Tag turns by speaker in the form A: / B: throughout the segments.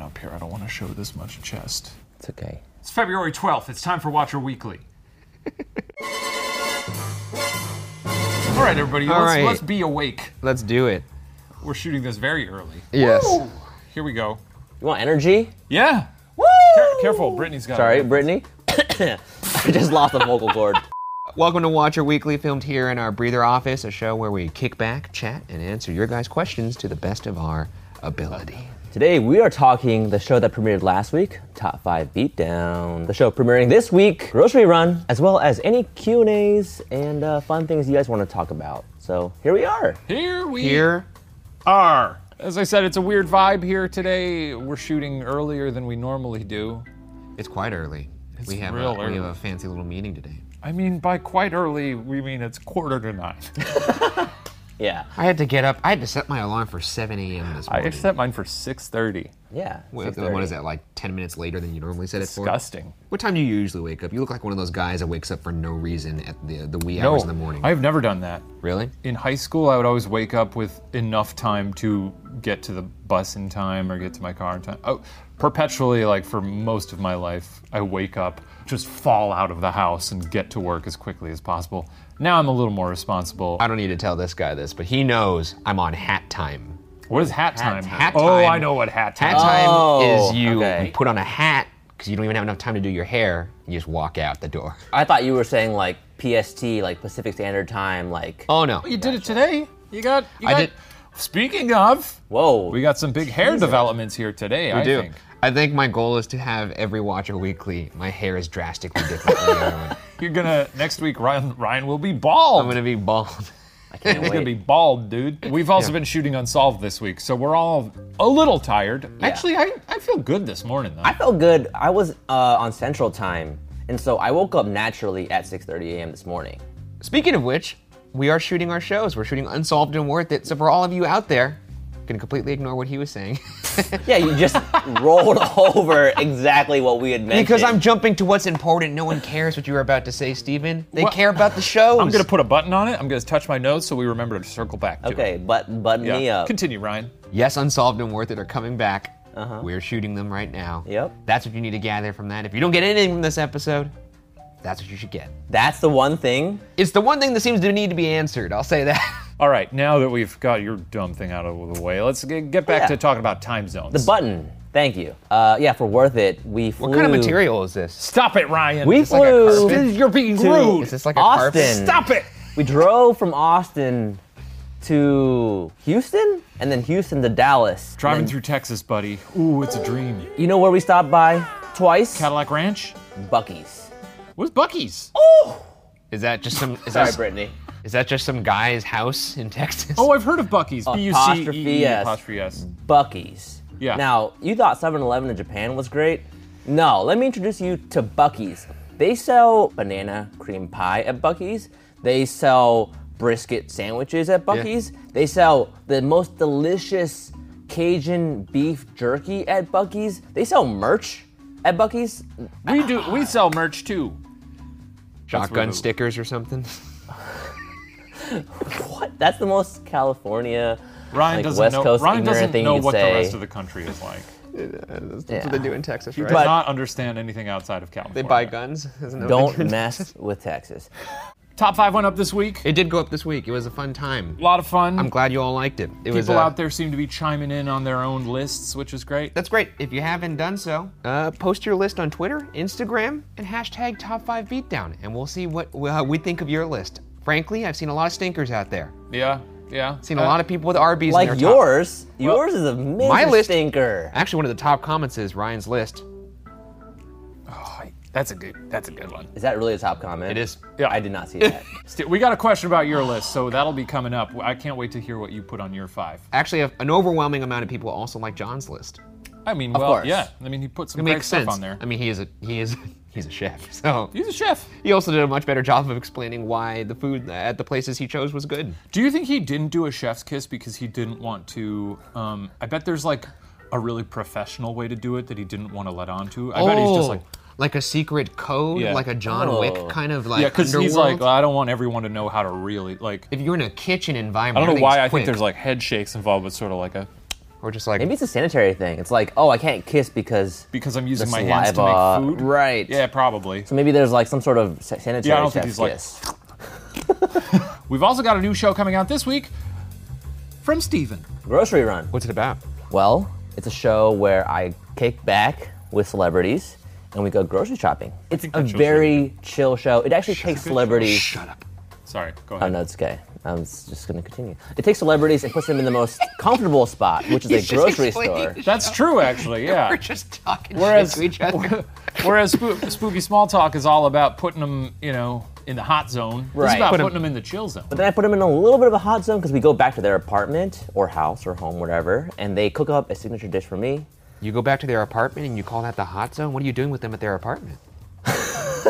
A: up here. I don't want to show this much chest.
B: It's okay.
C: It's February 12th. It's time for Watcher Weekly. All right, everybody.
B: All
C: let's,
B: right.
C: let's be awake.
B: Let's do it.
C: We're shooting this very early.
B: Yes.
C: Here we go.
B: You want energy?
C: Yeah.
B: Woo!
C: Care- careful, Brittany's got.
B: Sorry,
C: it.
B: Brittany. I just lost a vocal cord. Welcome to Watcher Weekly, filmed here in our breather office, a show where we kick back, chat, and answer your guys' questions to the best of our ability. Today we are talking the show that premiered last week, Top 5 Beatdown. The show premiering this week, Grocery Run, as well as any Q&As and uh, fun things you guys want to talk about. So here we are.
C: Here we
B: Here.
C: are. As I said, it's a weird vibe here today. We're shooting earlier than we normally do.
B: It's quite early. we have
C: real
B: a, we have
C: early.
B: a fancy little meeting today.
C: I mean, by quite early, we mean it's quarter to nine.
D: Yeah.
B: I had to get up. I had to set my alarm for 7 a.m. this morning.
C: I set mine for 6:30.
D: Yeah.
B: What,
D: 6:30.
B: what is that? Like ten minutes later than you normally set it for.
C: Disgusting.
B: What time do you usually wake up? You look like one of those guys that wakes up for no reason at the the wee
C: No,
B: hours in the morning.
C: I've never done that.
B: Really?
C: In high school, I would always wake up with enough time to get to the bus in time or get to my car in time. Oh, perpetually, like for most of my life, I wake up, just fall out of the house and get to work as quickly as possible. Now I'm a little more responsible.
B: I don't need to tell this guy this, but he knows I'm on hat time.
C: What is hat time?
B: Hat
C: oh,
B: time.
C: I know what hat time.
B: Hat time
D: Oh,
B: is you,
D: okay.
B: you put on a hat because you don't even have enough time to do your hair. You just walk out the door.
D: I thought you were saying like PST, like Pacific Standard Time, like.
B: Oh no!
C: You did it today. You got. You
B: I
C: got
B: did-
C: Speaking of,
D: Whoa.
C: we got some big hair developments here today. I
B: I do.
C: think.
B: I think my goal is to have every Watcher Weekly. My hair is drastically different from the other one.
C: You're gonna next week. Ryan Ryan will be bald.
B: I'm gonna be bald.
D: I can't
C: He's
D: wait.
C: gonna be bald, dude. We've also been shooting Unsolved this week, so we're all a little tired. Actually, I, I feel good this morning though.
D: I felt good. I was uh, on Central Time, and so I woke up naturally at 6:30 a.m. this morning.
B: Speaking of which, we are shooting our shows. We're shooting Unsolved and Worth It. So for all of you out there, can completely ignore what he was saying
D: Yeah, you just rolled over exactly what we had mentioned.
B: because I'm jumping to what's important. No one cares what you were about to say, Steven. They
C: Well,
B: care about the shows.
C: I'm gonna put a button on it. I'm gonna touch my nose so we remember to circle back. To it.
D: okay, but button me
C: Yeah.
D: up.
C: Continue, Ryan.
B: yes, Unsolved and Worth It are coming back.
C: Uh-huh.
B: We're shooting them right now.
D: Yep.
B: That's what you need to gather from that. If you don't get anything from this episode, that's what you should get.
D: That's the one thing.
B: It's the one thing that seems to need to be answered. I'll say that.
C: All right, now that we've got your dumb thing out of the way, let's get, get back
D: Yeah.
C: to talking about time zones.
D: The button. Thank you. Uh, yeah, for worth it, we flew.
B: what kind of material is this?
C: Stop it, Ryan.
D: We
B: like a
D: flew.
B: carpet?
C: You're being
D: to
C: rude.
B: Is this like a carpet?
D: Austin.
C: Stop it.
D: We drove from Austin to Houston, and then Houston to Dallas.
C: Driving
D: And
C: through Texas, buddy. Ooh, it's a dream.
D: then- You know where we stopped by twice?
C: Cadillac Ranch.
D: Bucky's.
C: Where's Bucky's?
D: Oh!
B: Is that just some? Is
D: Sorry,
B: that,
D: Brittany.
B: is that just some guy's house in Texas?
C: Oh, I've heard of Bucky's. B U C E
D: Apostrophe
C: E
D: S.
C: apostrophe S.
D: Bucky's.
C: Yeah.
D: Now, you thought 7 Eleven in Japan was great? No, let me introduce you to Bucky's. They sell banana cream pie at Bucky's, they sell brisket sandwiches at Bucky's, they sell the most delicious Cajun beef jerky at Bucky's, they sell merch at Bucky's.
C: We do. We sell merch too.
B: Shotgun
C: what-
B: stickers or something?
D: What? That's the most California.
B: Oh
C: Ryan
D: like,
C: doesn't
D: West
C: know.
D: Coast
C: Ryan
D: ignorant
C: doesn't
D: thing
C: know
D: you could
C: what
D: say.
C: the rest of the country is like.
B: That's what they do in Texas, right?
C: Does
D: But-
C: not understand anything outside of California.
B: they buy guns. Isn't that what
D: Don't
B: they do?
D: mess with Texas.
C: Top five went up this week.
B: It did go up this week. It was a fun time.
C: A lot of fun.
B: I'm glad you all liked it. It was
C: People
B: uh,
C: out there seem to be chiming in on their own lists, which is great.
B: That's great. If you haven't done so, uh, post your list on Twitter, Instagram, and hashtag Top Five Beatdown, and we'll see what uh, we think of your list. Frankly, I've seen a lot of stinkers out there.
C: Yeah, yeah.
B: Seen a lot of people with RBs. in their
D: Uh, Like
B: top.
D: yours, yours is a major
B: my list-
D: stinker.
B: Actually, one of the top comments is Ryan's list.
C: Uh, That's a good. That's a good one.
D: Is that really a top comment?
B: It is.
C: Yeah.
D: I did not see that.
C: Sti- We got a question about your list, so that'll be coming up. I can't wait to hear what you put on your five.
B: Actually, a- an overwhelming amount of people also like John's list.
C: I mean, well,
D: course.
C: yeah. I mean, he put some
B: It
C: great
B: makes
C: stuff
B: sense.
C: on there.
B: I mean, he is a he is he's a chef, so
C: He's a chef.
B: He also did a much better job of explaining why the food at the places he chose was good.
C: Do you think he didn't do a chef's kiss because he didn't want to? Um, I bet there's like a really professional way to do it that he didn't want to let on to. I bet he's
D: Oh.
C: just like,
B: a secret code,
C: Yeah.
B: like a John Wick kind of Oh. like
C: yeah, because he's like,
B: underworld.
C: I don't want everyone to know how to really like.
B: if you're in a kitchen
C: I
B: environment,
C: don't know
B: everything's
C: why I
B: quick.
C: think there's like head shakes involved, but sort of like a
B: Or just like
D: Maybe it's a sanitary thing. It's like, oh, I can't kiss because.
C: because I'm using
D: The
C: my hands to
B: uh,
D: saliva,
C: make food.
D: right.
C: Yeah, probably.
D: So maybe there's like some sort of sa- sanitary
C: Yeah, I don't think
D: chef's
C: he's like-
D: kiss.
C: We've also got a new show coming out this week from Steven.
D: Grocery run.
B: what's it about?
D: Well, it's a show where I kick back with celebrities and we go grocery shopping. It's
C: think
D: a
C: that show's
D: very chill show. It actually takes celebrities.
B: Shut up.
C: Sorry, go
D: Oh
C: ahead.
D: no, it's gay. I was just gonna continue. It takes celebrities and puts them in the most comfortable spot, which is a grocery store.
C: That's true, actually. Yeah.
B: We're just talking
C: Whereas,
B: shit to each other.
C: whereas spoo- spooky small talk is all about putting them, you know, in the hot zone. This
D: Right.
C: is about
D: Put 'em-
C: putting them in the chill zone.
D: Then I put them in a little bit of a hot zone because we go back to their apartment or house or home, whatever, and they cook up a signature dish for me.
B: You go back to their apartment and you call that the hot zone? What are you doing with them at their apartment?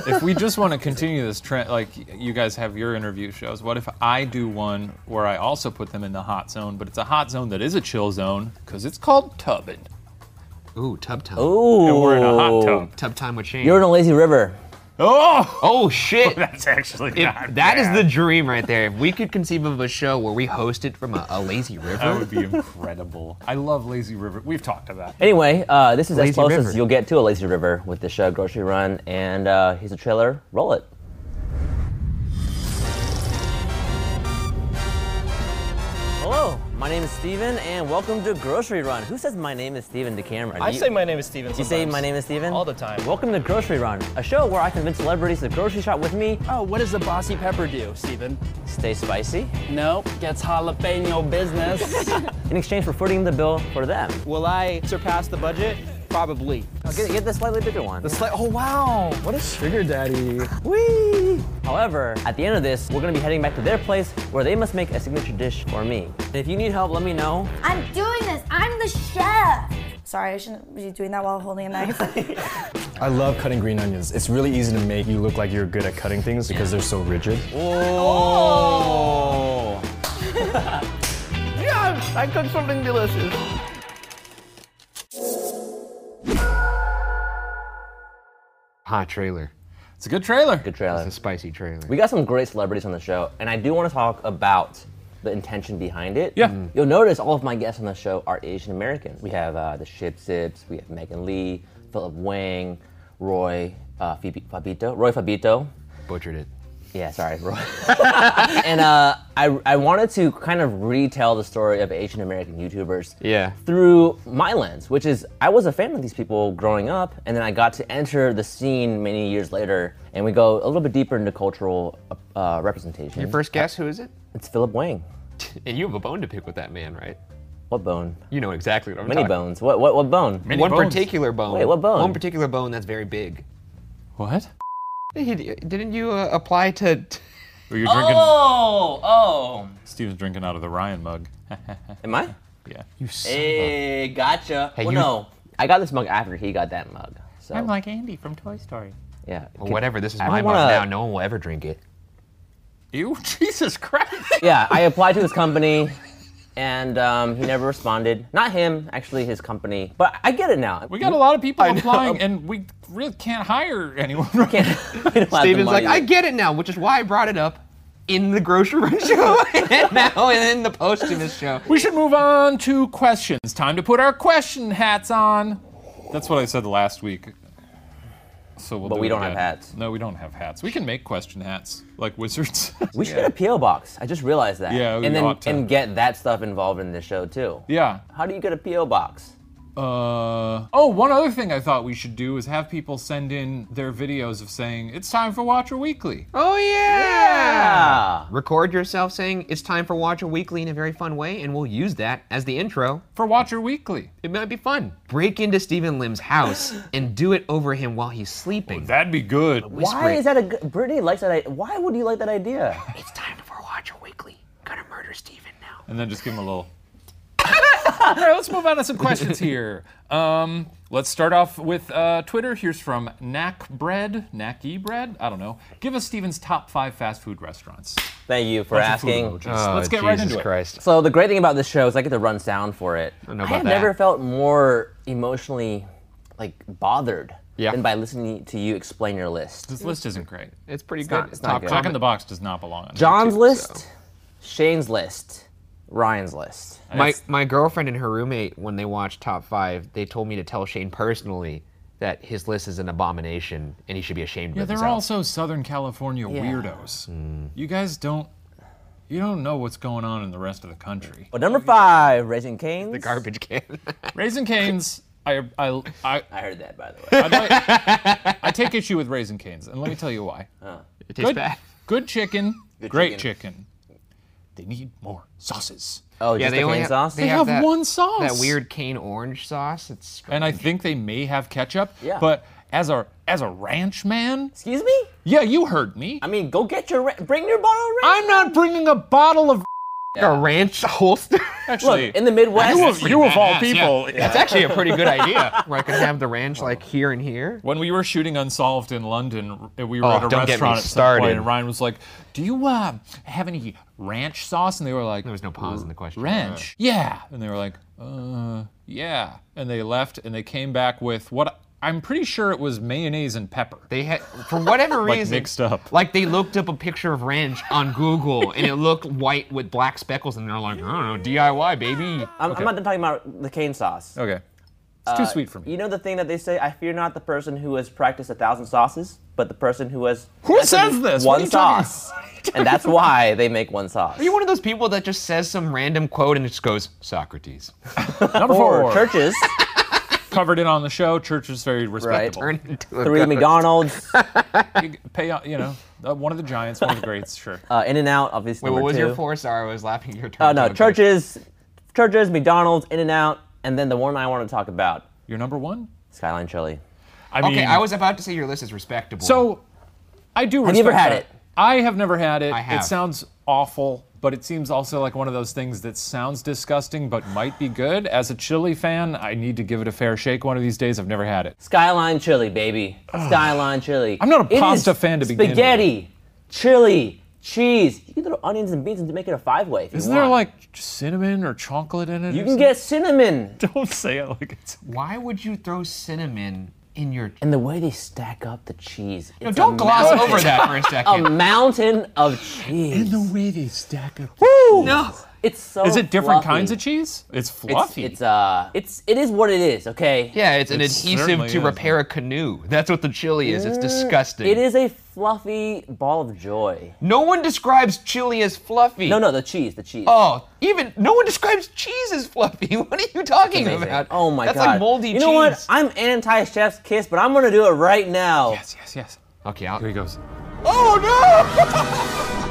C: if we just want to continue this trend, like you guys have your interview shows, what if I do one where I also put them in the hot zone, but it's a hot zone that is a chill zone because it's called tubbing.
B: Ooh, tub time.
D: Ooh,
C: And we're in a hot tub.
B: Tub time with Shane.
D: You're in a lazy river.
C: Oh,
B: oh, shit.
C: that's actually
B: If-
C: not
B: that is
C: bad.
B: the dream right there. If we could conceive of a show where we host it from a, a lazy
C: That
B: river,
C: would be incredible. I love Lazy River. We've talked about it.
D: Anyway, uh, this is
B: Lazy
D: as close
B: river.
D: as you'll get to a lazy river with the show Grocery Run, and uh, here's a trailer. Roll it. Hello, my name is Steven, and welcome to Grocery Run. Who says my name is Steven to camera?
E: I
D: You-
E: say my name is Steven.
D: You say my name is Steven?
E: All the time.
D: Welcome to Grocery Run, a show where I convince celebrities to grocery shop with me.
E: Oh, what does the bossy pepper do, Steven?
D: Stay spicy.
E: Nope, gets jalapeno business.
D: In exchange for footing the bill for them.
E: Will I surpass the budget? Probably.
D: I'll get, get the slightly bigger one.
E: It's like, oh wow, what a sugar daddy.
D: Whee! However, at the end of this, we're gonna be heading back to their place where they must make a signature dish for me. And if you need help, let me know.
F: I'm doing this. I'm the chef. Sorry, I shouldn't be doing that while holding a knife.
G: I love cutting green onions. It's really easy to make you look like you're good at cutting things because they're so rigid.
D: Oh!
E: I cooked something delicious.
B: hot trailer.
C: It's a good trailer.
D: Good trailer.
B: It's a spicy trailer.
D: We got some great celebrities on the show, and I do want to talk about the intention behind it.
C: Yeah. Mm.
D: You'll notice all of my guests on the show are Asian Americans. We have uh, the Shib Zips, we have Megan Lee, Philip Wang, Roy uh, Fabi- Fabito, Roy Fabito,
B: butchered it.
D: Yeah, sorry, Roy. and uh, I, I wanted to kind of retell the story of Asian American YouTubers
B: Yeah.
D: through my lens, which is I was a fan of these people growing up, and then I got to enter the scene many years later, and we go a little bit deeper into cultural uh, representation.
B: Your first guess, who is it?
D: It's Philip Wang.
B: And you have a bone to pick with that man, right?
D: What bone?
B: You know exactly what I'm
D: Many
B: talking about.
D: bones. What, what, what bone?
C: Many
B: One
C: bones.
B: particular bone.
D: Wait, what bone?
B: One particular bone that's very big.
C: What?
B: He- Didn't you uh, apply to? t-
C: Are you drinking?
D: Oh, oh.
C: Steven's drinking out of the Ryan mug.
D: Am I?
C: yeah. You
D: Hey, gotcha.
B: Hey,
D: well,
B: you-
D: no. I got this mug after he got that mug. So,
C: like Andy from Toy Story.
D: yeah.
B: Well, whatever. This is
D: I
B: my
D: don't
B: mug
D: wanna-
B: now. No one will ever drink it.
C: Ew, Jesus Christ.
D: yeah, I applied to his company, and um, he never responded. Not him, actually, his company. But I get it now.
C: We got a lot of people
B: know.
C: applying, and we really can't hire anyone. Right?
D: can't. we don't have the
B: Steven's
D: money.
B: like, I get it now, which is why I brought it up in the grocery run show and now in the posthumous show.
C: We should move on to questions. Time to put our question hats on. That's what I said last week. So we'll
D: But
C: do
D: we
C: it
D: don't have
C: again.
D: hats.
C: No, we don't have hats. We can make question hats like wizards.
D: We should get a PO box. I just realized that.
C: Yeah, we
D: and then
C: ought to.
D: and get that stuff involved in the show too.
C: yeah.
D: How do you get a PO box?
C: Uh, oh, one other thing I thought we should do is have people send in their videos of saying it's time for Watcher Weekly.
B: Oh yeah.
D: Ah,
B: Record yourself saying it's time for Watcher Weekly in a very fun way, and we'll use that as the intro.
C: For Watcher Weekly,
B: It might be fun. Break into Stephen Lim's house and do it over him while he's sleeping.
C: that'd be good.
D: why
B: Whisper it.
D: is that a? g- Brittany likes that. I- Why would you like that idea?
B: It's time for Watcher Weekly. Gonna murder Steven now.
C: and then just give him a little. All right, let's move on to some questions here. Um, let's start off with uh, Twitter. Here's from Knack Bread, Knack E Bread. I don't know. Give us Steven's top five fast food restaurants.
D: Thank you for
C: Bunch of food
D: asking.
C: emojis. let's get right into
B: Oh, Christ.
D: So the great thing about this show is I get to run sound for it. I,
B: know about
D: have
B: that.
D: never felt more emotionally like bothered
B: Yeah.
D: than by listening to you explain your list.
C: it. This list isn't great.
B: It's pretty good.
D: not- it's not
B: Top
D: good.
C: Jack in
B: comment.
C: the Box does not belong on
D: John's
B: too,
D: list,
B: so.
D: Shane's list, Ryan's list.
B: My, my girlfriend and her roommate, when they watched Top Five, they told me to tell Shane personally that his list is an abomination and he should be ashamed
C: Yeah,
B: of
C: they're
B: himself.
C: also Southern California weirdos.
B: Hmm.
C: You guys don't, you don't know what's going on in the rest of the country.
D: But number five, Raising Cane's.
B: the garbage can.
C: Raisin Canes, I, I, I,
D: I heard that, by the way.
C: I'd like- I take issue with Raisin Canes, and let me tell you why.
B: it tastes
C: Good,
B: bad.
C: good chicken, great
D: Uh, chicken.
C: chicken. They need more sauces.
D: Oh,
B: Yeah,
D: just
B: they
D: the
B: only
D: cane
B: have-
D: sauce?
B: they
C: They have
B: that-
C: one sauce.
B: That weird cane orange sauce. It's strange.
C: And I think they may have ketchup.
D: Yeah.
C: But as a as a ranch man,
D: Excuse me?
C: yeah, you heard me.
D: I mean, go get your, ra- bring your bottle of ranch.
C: I'm not bringing a bottle of.
B: a ranch holster.
C: Actually,
D: Look, in the Midwest,
C: you of, you of all
B: badass, yeah.
C: people.
B: That's actually a pretty good idea. Where I could have the ranch like here and here.
C: When we were shooting Unsolved in London, r- we were
B: Oh,
C: at a
B: don't get me
C: restaurant at some
B: started.
C: point, and Ryan was like, "Do you uh, have any ranch sauce?" And they were like,
B: There was no pause in the question. Uh-huh.
C: ranch. Yeah. And they were like, uh, yeah. And they left and they came back with what I'm pretty sure it was mayonnaise and pepper.
B: They had, for whatever
C: Like,
B: reason,
C: mixed up.
B: Like they looked up a picture of ranch on Google, and it looked white with black speckles, and they're like, I don't know, DIY baby.
D: I'm, I'm not done talking about the cane sauce.
C: Okay. It's too sweet for me.
D: Uh, You know the thing that they say? I fear not the person who has practiced a thousand sauces, but the person who has
C: Who
D: that's
C: says
D: a-
C: this? What are
D: one
C: you talking-
D: sauce. and that's why they make one sauce.
B: Are you one of those people that just says some random quote and it just goes Socrates?
C: Number four,
D: Or churches,
C: covered it on the show. Church is very respectable.
B: Turn into a
D: three
B: goat.
D: McDonald's,
C: You pay, you know, uh, one of the giants, one of the greats, sure.
D: uh, In and Out, obviously.
B: Wait, what
D: number
B: was
D: two.
B: your four? Sorry, I was laughing. Your turn.
D: Oh no, churches, churches, McDonald's, In and Out, and then the one I want to talk about,
C: You're number one?
D: Skyline Chili.
C: I
B: Okay,
C: mean,
B: I was about to say your list is respectable.
C: So, I do.
D: Have you ever
C: respect
D: had
C: that. I have never had it.
B: I have.
C: It sounds awful, but it seems also like one of those things that sounds disgusting but might be good. As a chili fan, I need to give it a fair shake one of these days. I've never had it.
D: Skyline Chili, baby. Skyline Chili.
C: I'm not a
D: It is
C: pasta fan to begin with.
D: Spaghetti, chili, cheese. You can throw onions and beans and make it a five-way if you
C: Isn't
D: want.
C: there like cinnamon or chocolate in it?
D: You
C: or
D: can get cinnamon.
C: something? Don't say it like it's.
B: why would you throw cinnamon in your?
D: And the way they stack up the cheese.
B: No, don't gloss over that for a
D: A
B: second.
D: mountain of cheese.
C: way they stack up.
B: no.
D: It's so.
C: Is it different
D: fluffy.
C: kinds of cheese? It's
D: It's,
C: fluffy.
D: it's uh, it's it is what it is. Okay.
B: Yeah, it's an
C: It
B: adhesive
C: certainly
B: to
C: is.
B: repair a canoe. That's what the chili is. It's disgusting.
D: It is a fluffy ball of joy.
B: No one describes chili as fluffy.
D: No, no, the cheese, the cheese.
B: Oh, even no one describes cheese as fluffy. What are you talking
D: Amazing.
B: about?
D: Oh my
B: That's
D: god.
B: That's like moldy
D: you
B: cheese.
D: know what? I'm anti Chef's Kiss, but I'm gonna do it right now.
C: yes, yes, yes.
B: okay, I'll, Oh,
C: Here he goes.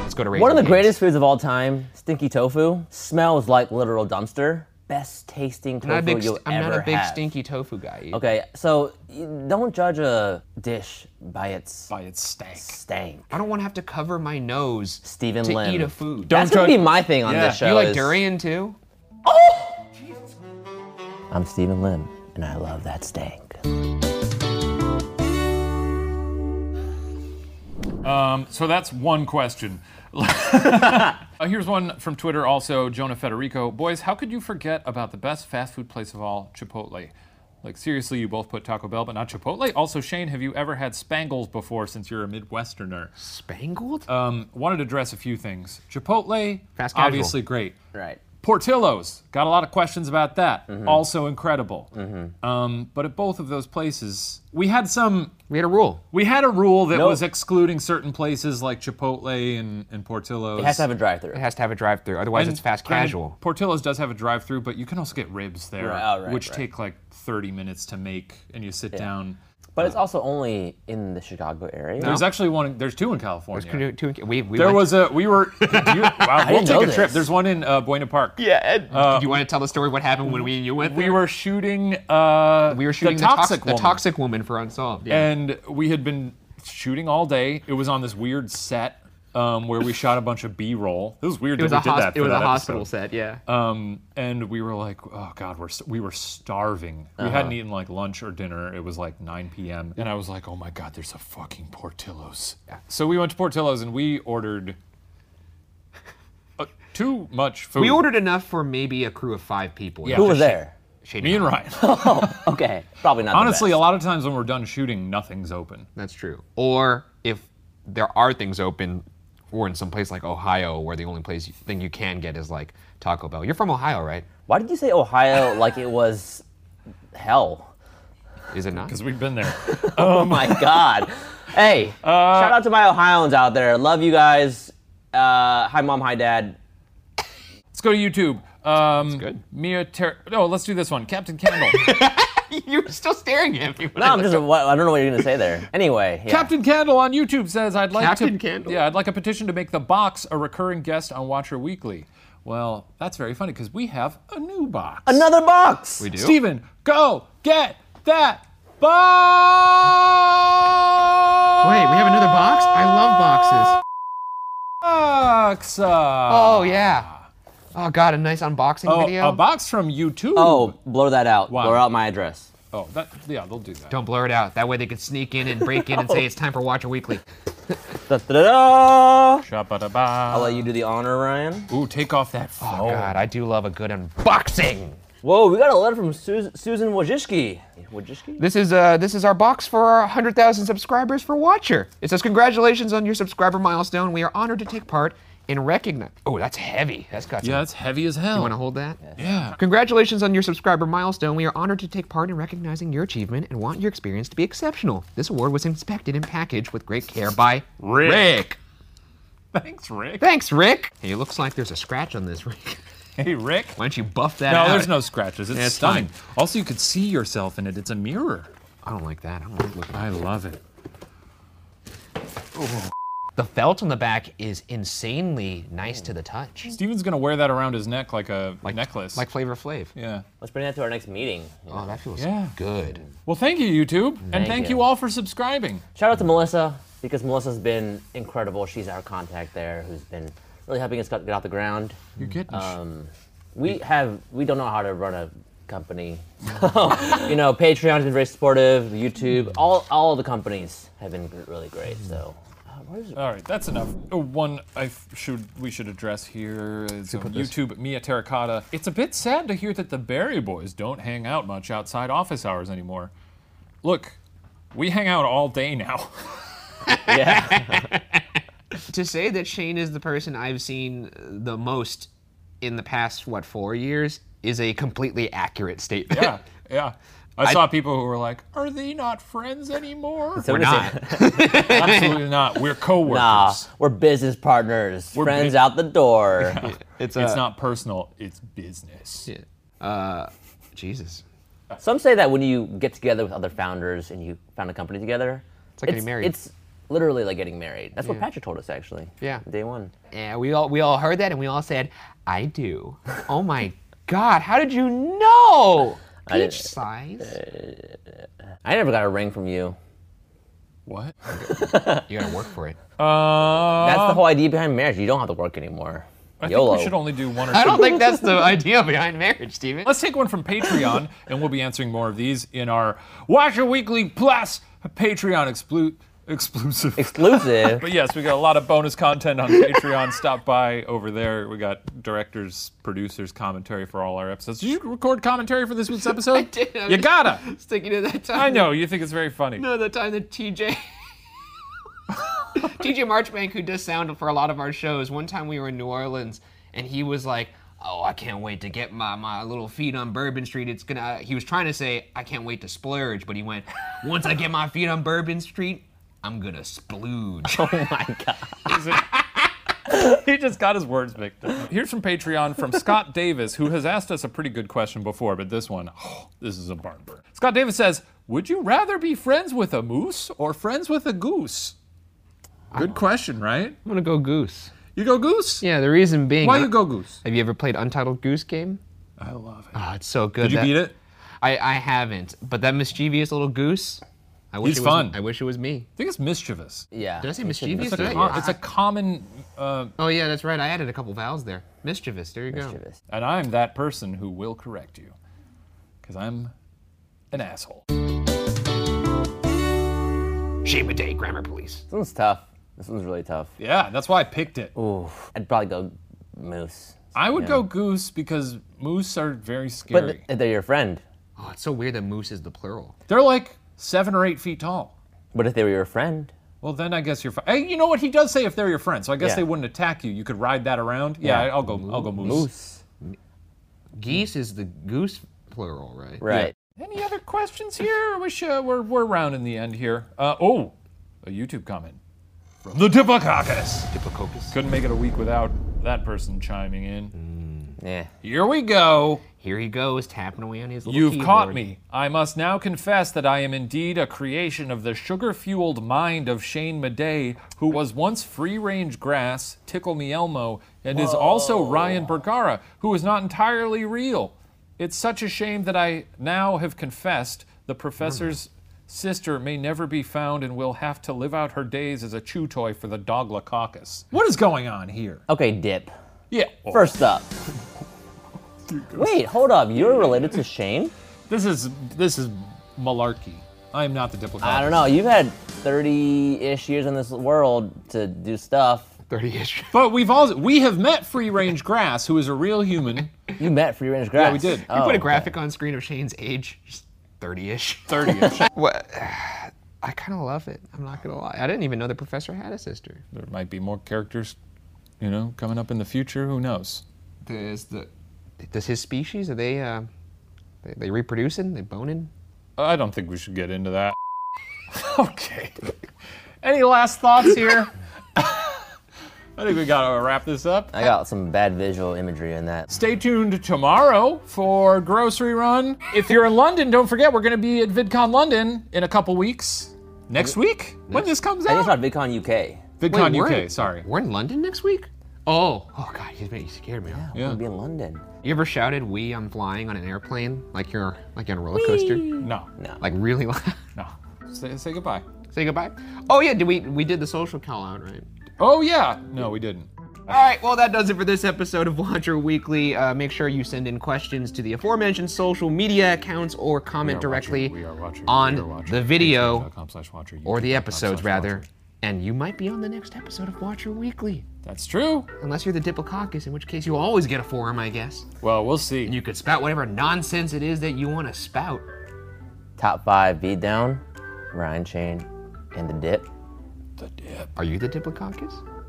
B: let's go to Raisin
D: One of the
B: Cane's.
D: greatest foods of all time, stinky tofu, smells like literal dumpster. Best tasting tofu
B: I'm not a big,
D: you'll
B: I'm
D: ever
B: not a big
D: have.
B: stinky tofu guy.
D: Okay, so you don't judge a dish by its
C: By its stank.
D: stank.
B: I don't want to have to cover my nose
D: Stephen
B: to
D: Lim.
B: eat a food.
C: Don't
D: That's gonna
C: judge-
D: be my thing on
C: Yeah.
D: this show.
B: you like
D: is-
B: durian too?
D: I'm Stephen Lim, and I love that stank.
C: So that's one question. Uh, here's one from Twitter also, Jonah Federico. Boys, how could you forget about the best fast food place of all, Chipotle? Like, seriously, you both put Taco Bell, but not Chipotle? Also, Shane, have you ever had Spangles before since you're a Midwesterner?
B: Spangled?
C: Um, wanted to address a few things. Chipotle,
B: Fast casual.
C: obviously great.
D: Right.
C: Portillo's, got a lot of questions about that.
B: Mm-hmm.
C: Also incredible. Um, but at both of those places, we had some
B: we had a rule.
C: we had a rule that
D: Nope.
C: was excluding certain places like Chipotle and, and Portillo's.
D: It has to have a drive through.
B: It has to have a drive-through, otherwise
C: And
B: it's fast
C: granted,
B: casual.
C: Portillo's does have a drive through, but you can also get ribs there,
D: Right, oh, right,
C: which
D: right.
C: take like 30 minutes to make, and you sit down.
D: But it's also only in the Chicago area.
C: There's actually one. There's two in California.
B: Canoe- two in- we- we
C: there
B: went-
C: was a. We were. do you- wow, we'll
D: didn't
C: take
D: know
C: a trip.
D: this.
C: There's one in uh, Buena Park.
B: Yeah. Ed, do you want to tell the story? What happened when we and you went?
C: Uh, We
B: there?
C: were shooting. Uh,
B: we were shooting
C: the toxic,
B: the
C: Woman.
B: toxic woman for Unsolved. Yeah.
C: and we had been shooting all day. It was on this weird set um, where we shot a bunch of B-roll. It was weird
B: it was
C: that
B: a,
C: we did
B: hos-
C: that. For
B: it was a
C: that
B: hospital
C: episode.
B: set. Yeah.
C: Um, and we were like, oh god, we're st- we were starving.
B: Uh-huh.
C: We hadn't eaten like lunch or dinner. It was like 9 p.m. And I was like, oh my god, there's a fucking Portillo's. So we went to Portillo's and we ordered uh, too much food.
B: we ordered enough for maybe a crew of five people.
C: Yeah.
D: Who was there?
B: Shady
C: me and
B: Mountain.
C: Ryan.
D: Okay, probably not. the
C: Honestly,
D: best.
C: a lot of times when we're done shooting, nothing's open.
B: That's true. Or if there are things open, or in some place like Ohio, where the only place you, thing you can get is like Taco Bell. You're from Ohio, right?
D: Why did you say Ohio like it was hell?
B: Is it not?
C: Because we've been there.
D: Oh my God. Hey,
B: Uh,
D: shout out to my Ohioans out there. Love you guys. Uh, hi, mom. Hi, dad.
C: Let's go to YouTube. Um,
B: good.
C: Mia Ter- Oh, let's do this one. Captain Candle.
B: You're still staring at me.
D: No, I'm just, what, I don't know what you're going to say there. Anyway. yeah.
C: Captain Candle on YouTube says, "I'd like to
B: Captain Candle?
C: yeah, I'd like a petition to make the box a recurring guest on Watcher Weekly." Well, that's very funny because we have a new box.
D: Another box.
B: We do.
C: Steven, go get that box.
B: Wait, we have another box? I love boxes.
C: Box. uh,
B: Oh, yeah. Oh, God, a nice unboxing video.
C: oh, a box from YouTube.
D: Oh, blow that out.
C: Wow.
D: Blur out my address.
C: oh, that yeah, they'll do that.
B: Don't blur it out. That way they could sneak in and break in and
C: Oh.
B: say it's time for Watcher Weekly.
D: Da, da, da, da. I'll
C: Shabba-dabba.
D: let you do the honor, Ryan.
C: Ooh, take off that phone.
B: Oh, God, I do love a good unboxing.
D: Whoa, we got a letter from Sus- Susan Wojcicki. Wojcicki?
B: This is uh, this is our box for our 100,000 subscribers for Watcher. It says, "Congratulations on your subscriber milestone. We are honored to take part in recognize." Oh, that's heavy. That's got.
C: Yeah,
B: Some-
C: it's heavy as
B: you
C: hell.
B: want to hold that?
C: yeah.
B: Congratulations on your subscriber milestone. We are honored to take part in recognizing your achievement and want your experience to be exceptional. This award was inspected and packaged with great care by
C: Mm.
B: Rick.
C: Thanks, Rick.
B: Thanks, Rick. Hey, it looks like there's a scratch on this, Rick.
C: Hey, Rick.
B: Why don't you buff that
C: No,
B: out?
C: there's no scratches. It's,
B: Yeah, it's
C: stunning.
B: fine.
C: Also, you could see yourself in it. It's a mirror.
B: I don't like that. I don't like looking.
C: I love it.
B: The felt on the back is insanely nice to the touch.
C: Steven's gonna wear that around his neck like a
B: Like
C: necklace.
B: Like Flavor Flav.
C: yeah.
D: Let's bring that to our next meeting.
B: Oh, that feels
C: Yeah.
B: good.
C: Well, thank you, YouTube, and
D: Thank
C: thank
D: you.
C: you all for subscribing.
D: Shout out to Melissa because Melissa's been incredible. She's our contact there, who's been really helping us get get off the ground.
C: You're getting.
D: Um, we have we don't know how to run a company. you know, Patreon's been very supportive. YouTube, all all the companies have been really great. So, uh, where's
C: all right, that's enough. Oh, One I f- should we should address here is on YouTube Mia Terracotta. It's a bit sad to hear that the Barry Boys don't hang out much outside office hours anymore. Look, we hang out all day now.
D: yeah?
B: To say that Shane is the person I've seen the most in the past, what, four years, is a completely accurate statement.
C: yeah, yeah. I, saw people who were like, "Are they not friends anymore?"
D: So
B: We're not.
C: Absolutely not. We're coworkers.
D: Nah, we're business partners.
C: We're
D: friends
C: bu-
D: out the door.
C: It's
B: It's, uh,
C: not personal. It's business.
B: Jesus.
D: Some say that when you get together with other founders and you found a company together, it's
B: like getting married.
D: It's literally like getting married. That's what Patrick told us actually.
B: Yeah.
D: Day one.
B: Yeah, we all we all heard that and we all said, I do. oh my God, how did you know?
D: didn't-
B: Peach size.
D: I never got a ring from you.
C: What?
B: You gotta work for it.
C: Uh,
D: That's the whole idea behind marriage. You don't have to work anymore.
C: I
D: YOLO.
C: think we should only do one or two.
B: I don't think that's the idea behind marriage, Steven.
C: Let's take one from Patreon, and we'll be answering more of these in our Watcher Weekly Plus Patreon exclu- exclusive.
D: Exclusive.
C: but yes, we got a lot of bonus content on Patreon. Stop by over there. We got directors, producers, commentary for all our episodes. Did you record commentary for this week's episode? I
B: did. I
C: You
B: was-
C: gotta.
B: Sticking to that time.
C: I know. You think it's very funny.
B: No, the time that TJ. TJ Marchbank, who does sound for a lot of our shows, one time we were in New Orleans and he was like, Oh, I can't wait to get my, my little feet on Bourbon Street. It's gonna. He was trying to say, I can't wait to splurge, but he went, Once I get my feet on Bourbon Street, I'm gonna splooge.
C: he just got his words mixed up. Here's from Patreon from Scott Davis, who has asked us a pretty good question before, but this one, oh, this is a barn burner. Scott Davis says, "Would you rather be friends with a moose or friends with a goose?" Good question, right?
B: I'm gonna go goose.
C: You go goose.
B: Oh. Yeah, the reason being.
C: Why you go goose?
B: Have you ever played Untitled Goose Game?
C: I love it.
B: Oh, it's so good.
C: Did you
B: That-
C: beat it? I
B: I, I haven't. But that mischievous little goose. I wish
C: He's
B: it was,
C: fun.
B: I wish it was me.
C: think it's mischievous.
D: yeah.
B: Did I say
D: You should-
B: mischievous?
C: It's a,
B: Did
C: com-
B: I-
C: it's a common, uh,
B: Oh yeah, that's right. I added a couple vowels there. Mischievous. There you go.
D: Mischievous.
C: and I'm that person who will correct you, because I'm an asshole.
B: Shame a day, grammar police.
D: This one's tough. This one's really tough.
C: Yeah, that's why I picked it.
D: I'd probably go moose.
C: I would go goose because moose are very
D: But
C: scary.
D: th- they're your friend.
B: Oh, it's so weird that moose is the plural.
C: They're like seven or eight feet tall.
D: But if they were your friend,
C: Well, then I guess you're fine. Hey, you know what? He does say if they're your friends, so I guess
D: Yeah.
C: they wouldn't attack you. You could ride that around. Yeah,
D: Yeah.
C: I'll go. I'll go moose.
D: Moose.
B: Geese is the goose plural, right?
D: Right.
C: Any other questions here? I wish uh, we're we're rounding the end here. Uh, oh, a YouTube comment from the Diplococus. Diplococus. Couldn't make it a week without that person chiming in.
D: Yeah.
C: Here we go.
B: Here he goes, tapping away on his little
C: You've
B: keyboard.
C: caught me. I must now confess that I am indeed a creation of the sugar fueled mind of Shane Madej, who was once free range grass, Tickle Me Elmo, and is also Ryan Bergara, who is not entirely real. It's such a shame that I now have confessed the professor's sister may never be found and will have to live out her days as a chew toy for the Doglococcus. What is going on here?
D: Okay, Dip.
C: Yeah.
D: First up. Wait, hold up. You're related to Shane?
C: This is this is malarkey. I am not the Diplodocus.
D: I don't know. You've had 30 ish years in this world to do stuff.
B: 30-ish.
C: But we've all we have met free range grass, who is a real human.
D: You met Free Range Grass.
C: we did. You
B: You put
D: Oh.
B: a graphic on screen of Shane's age, just 30-ish.
C: Thirty.
B: What? I kind of love it. I'm not gonna lie. I didn't even know the professor had a sister.
C: there might be more characters, you know, coming up in the future. Who knows?
B: Does the does his species are they uh, they, they reproducing? They boning?
C: I don't think we should get into that. okay. Any last thoughts here? I think we gotta wrap this up.
D: I got some bad visual imagery in that.
C: Stay tuned tomorrow for Grocery Run. If you're in London, don't forget we're gonna be at VidCon London in a couple weeks. Next week? When this comes
D: I think it's
C: out?
D: not VidCon UK.
C: VidCon
B: we're
C: UK,
B: in-
C: sorry.
B: We're in London next week. Oh, oh God, you made you scared me.
D: We're gonna be in London.
B: You ever shouted "We I'm flying" on an airplane like you're like you're on a roller coaster,
C: No. No.
B: like really loud?
C: No. Say, say goodbye.
B: Say goodbye. Oh yeah, did we we did the social call out right?
C: Oh yeah. No, we didn't.
B: All right, well, that does it for this episode of Watcher Weekly. Uh, make sure you send in questions to the aforementioned social media accounts or comment directly
C: We are watching.
B: on
C: we are watching.
B: the video
C: Patreon.com slash watcher,
B: or the
C: YouTube.com
B: episodes,
C: slash
B: rather.
C: watcher.
B: And you might be on the next episode of Watcher Weekly,
C: That's true.
B: unless you're the Diplococcus, in which case you always get a forum, I guess.
C: Well, we'll see.
B: You could spout whatever nonsense it is that you want to spout.
D: Top five V down, Ryan Shane, and the Dip.
B: Are you the Diplococcus?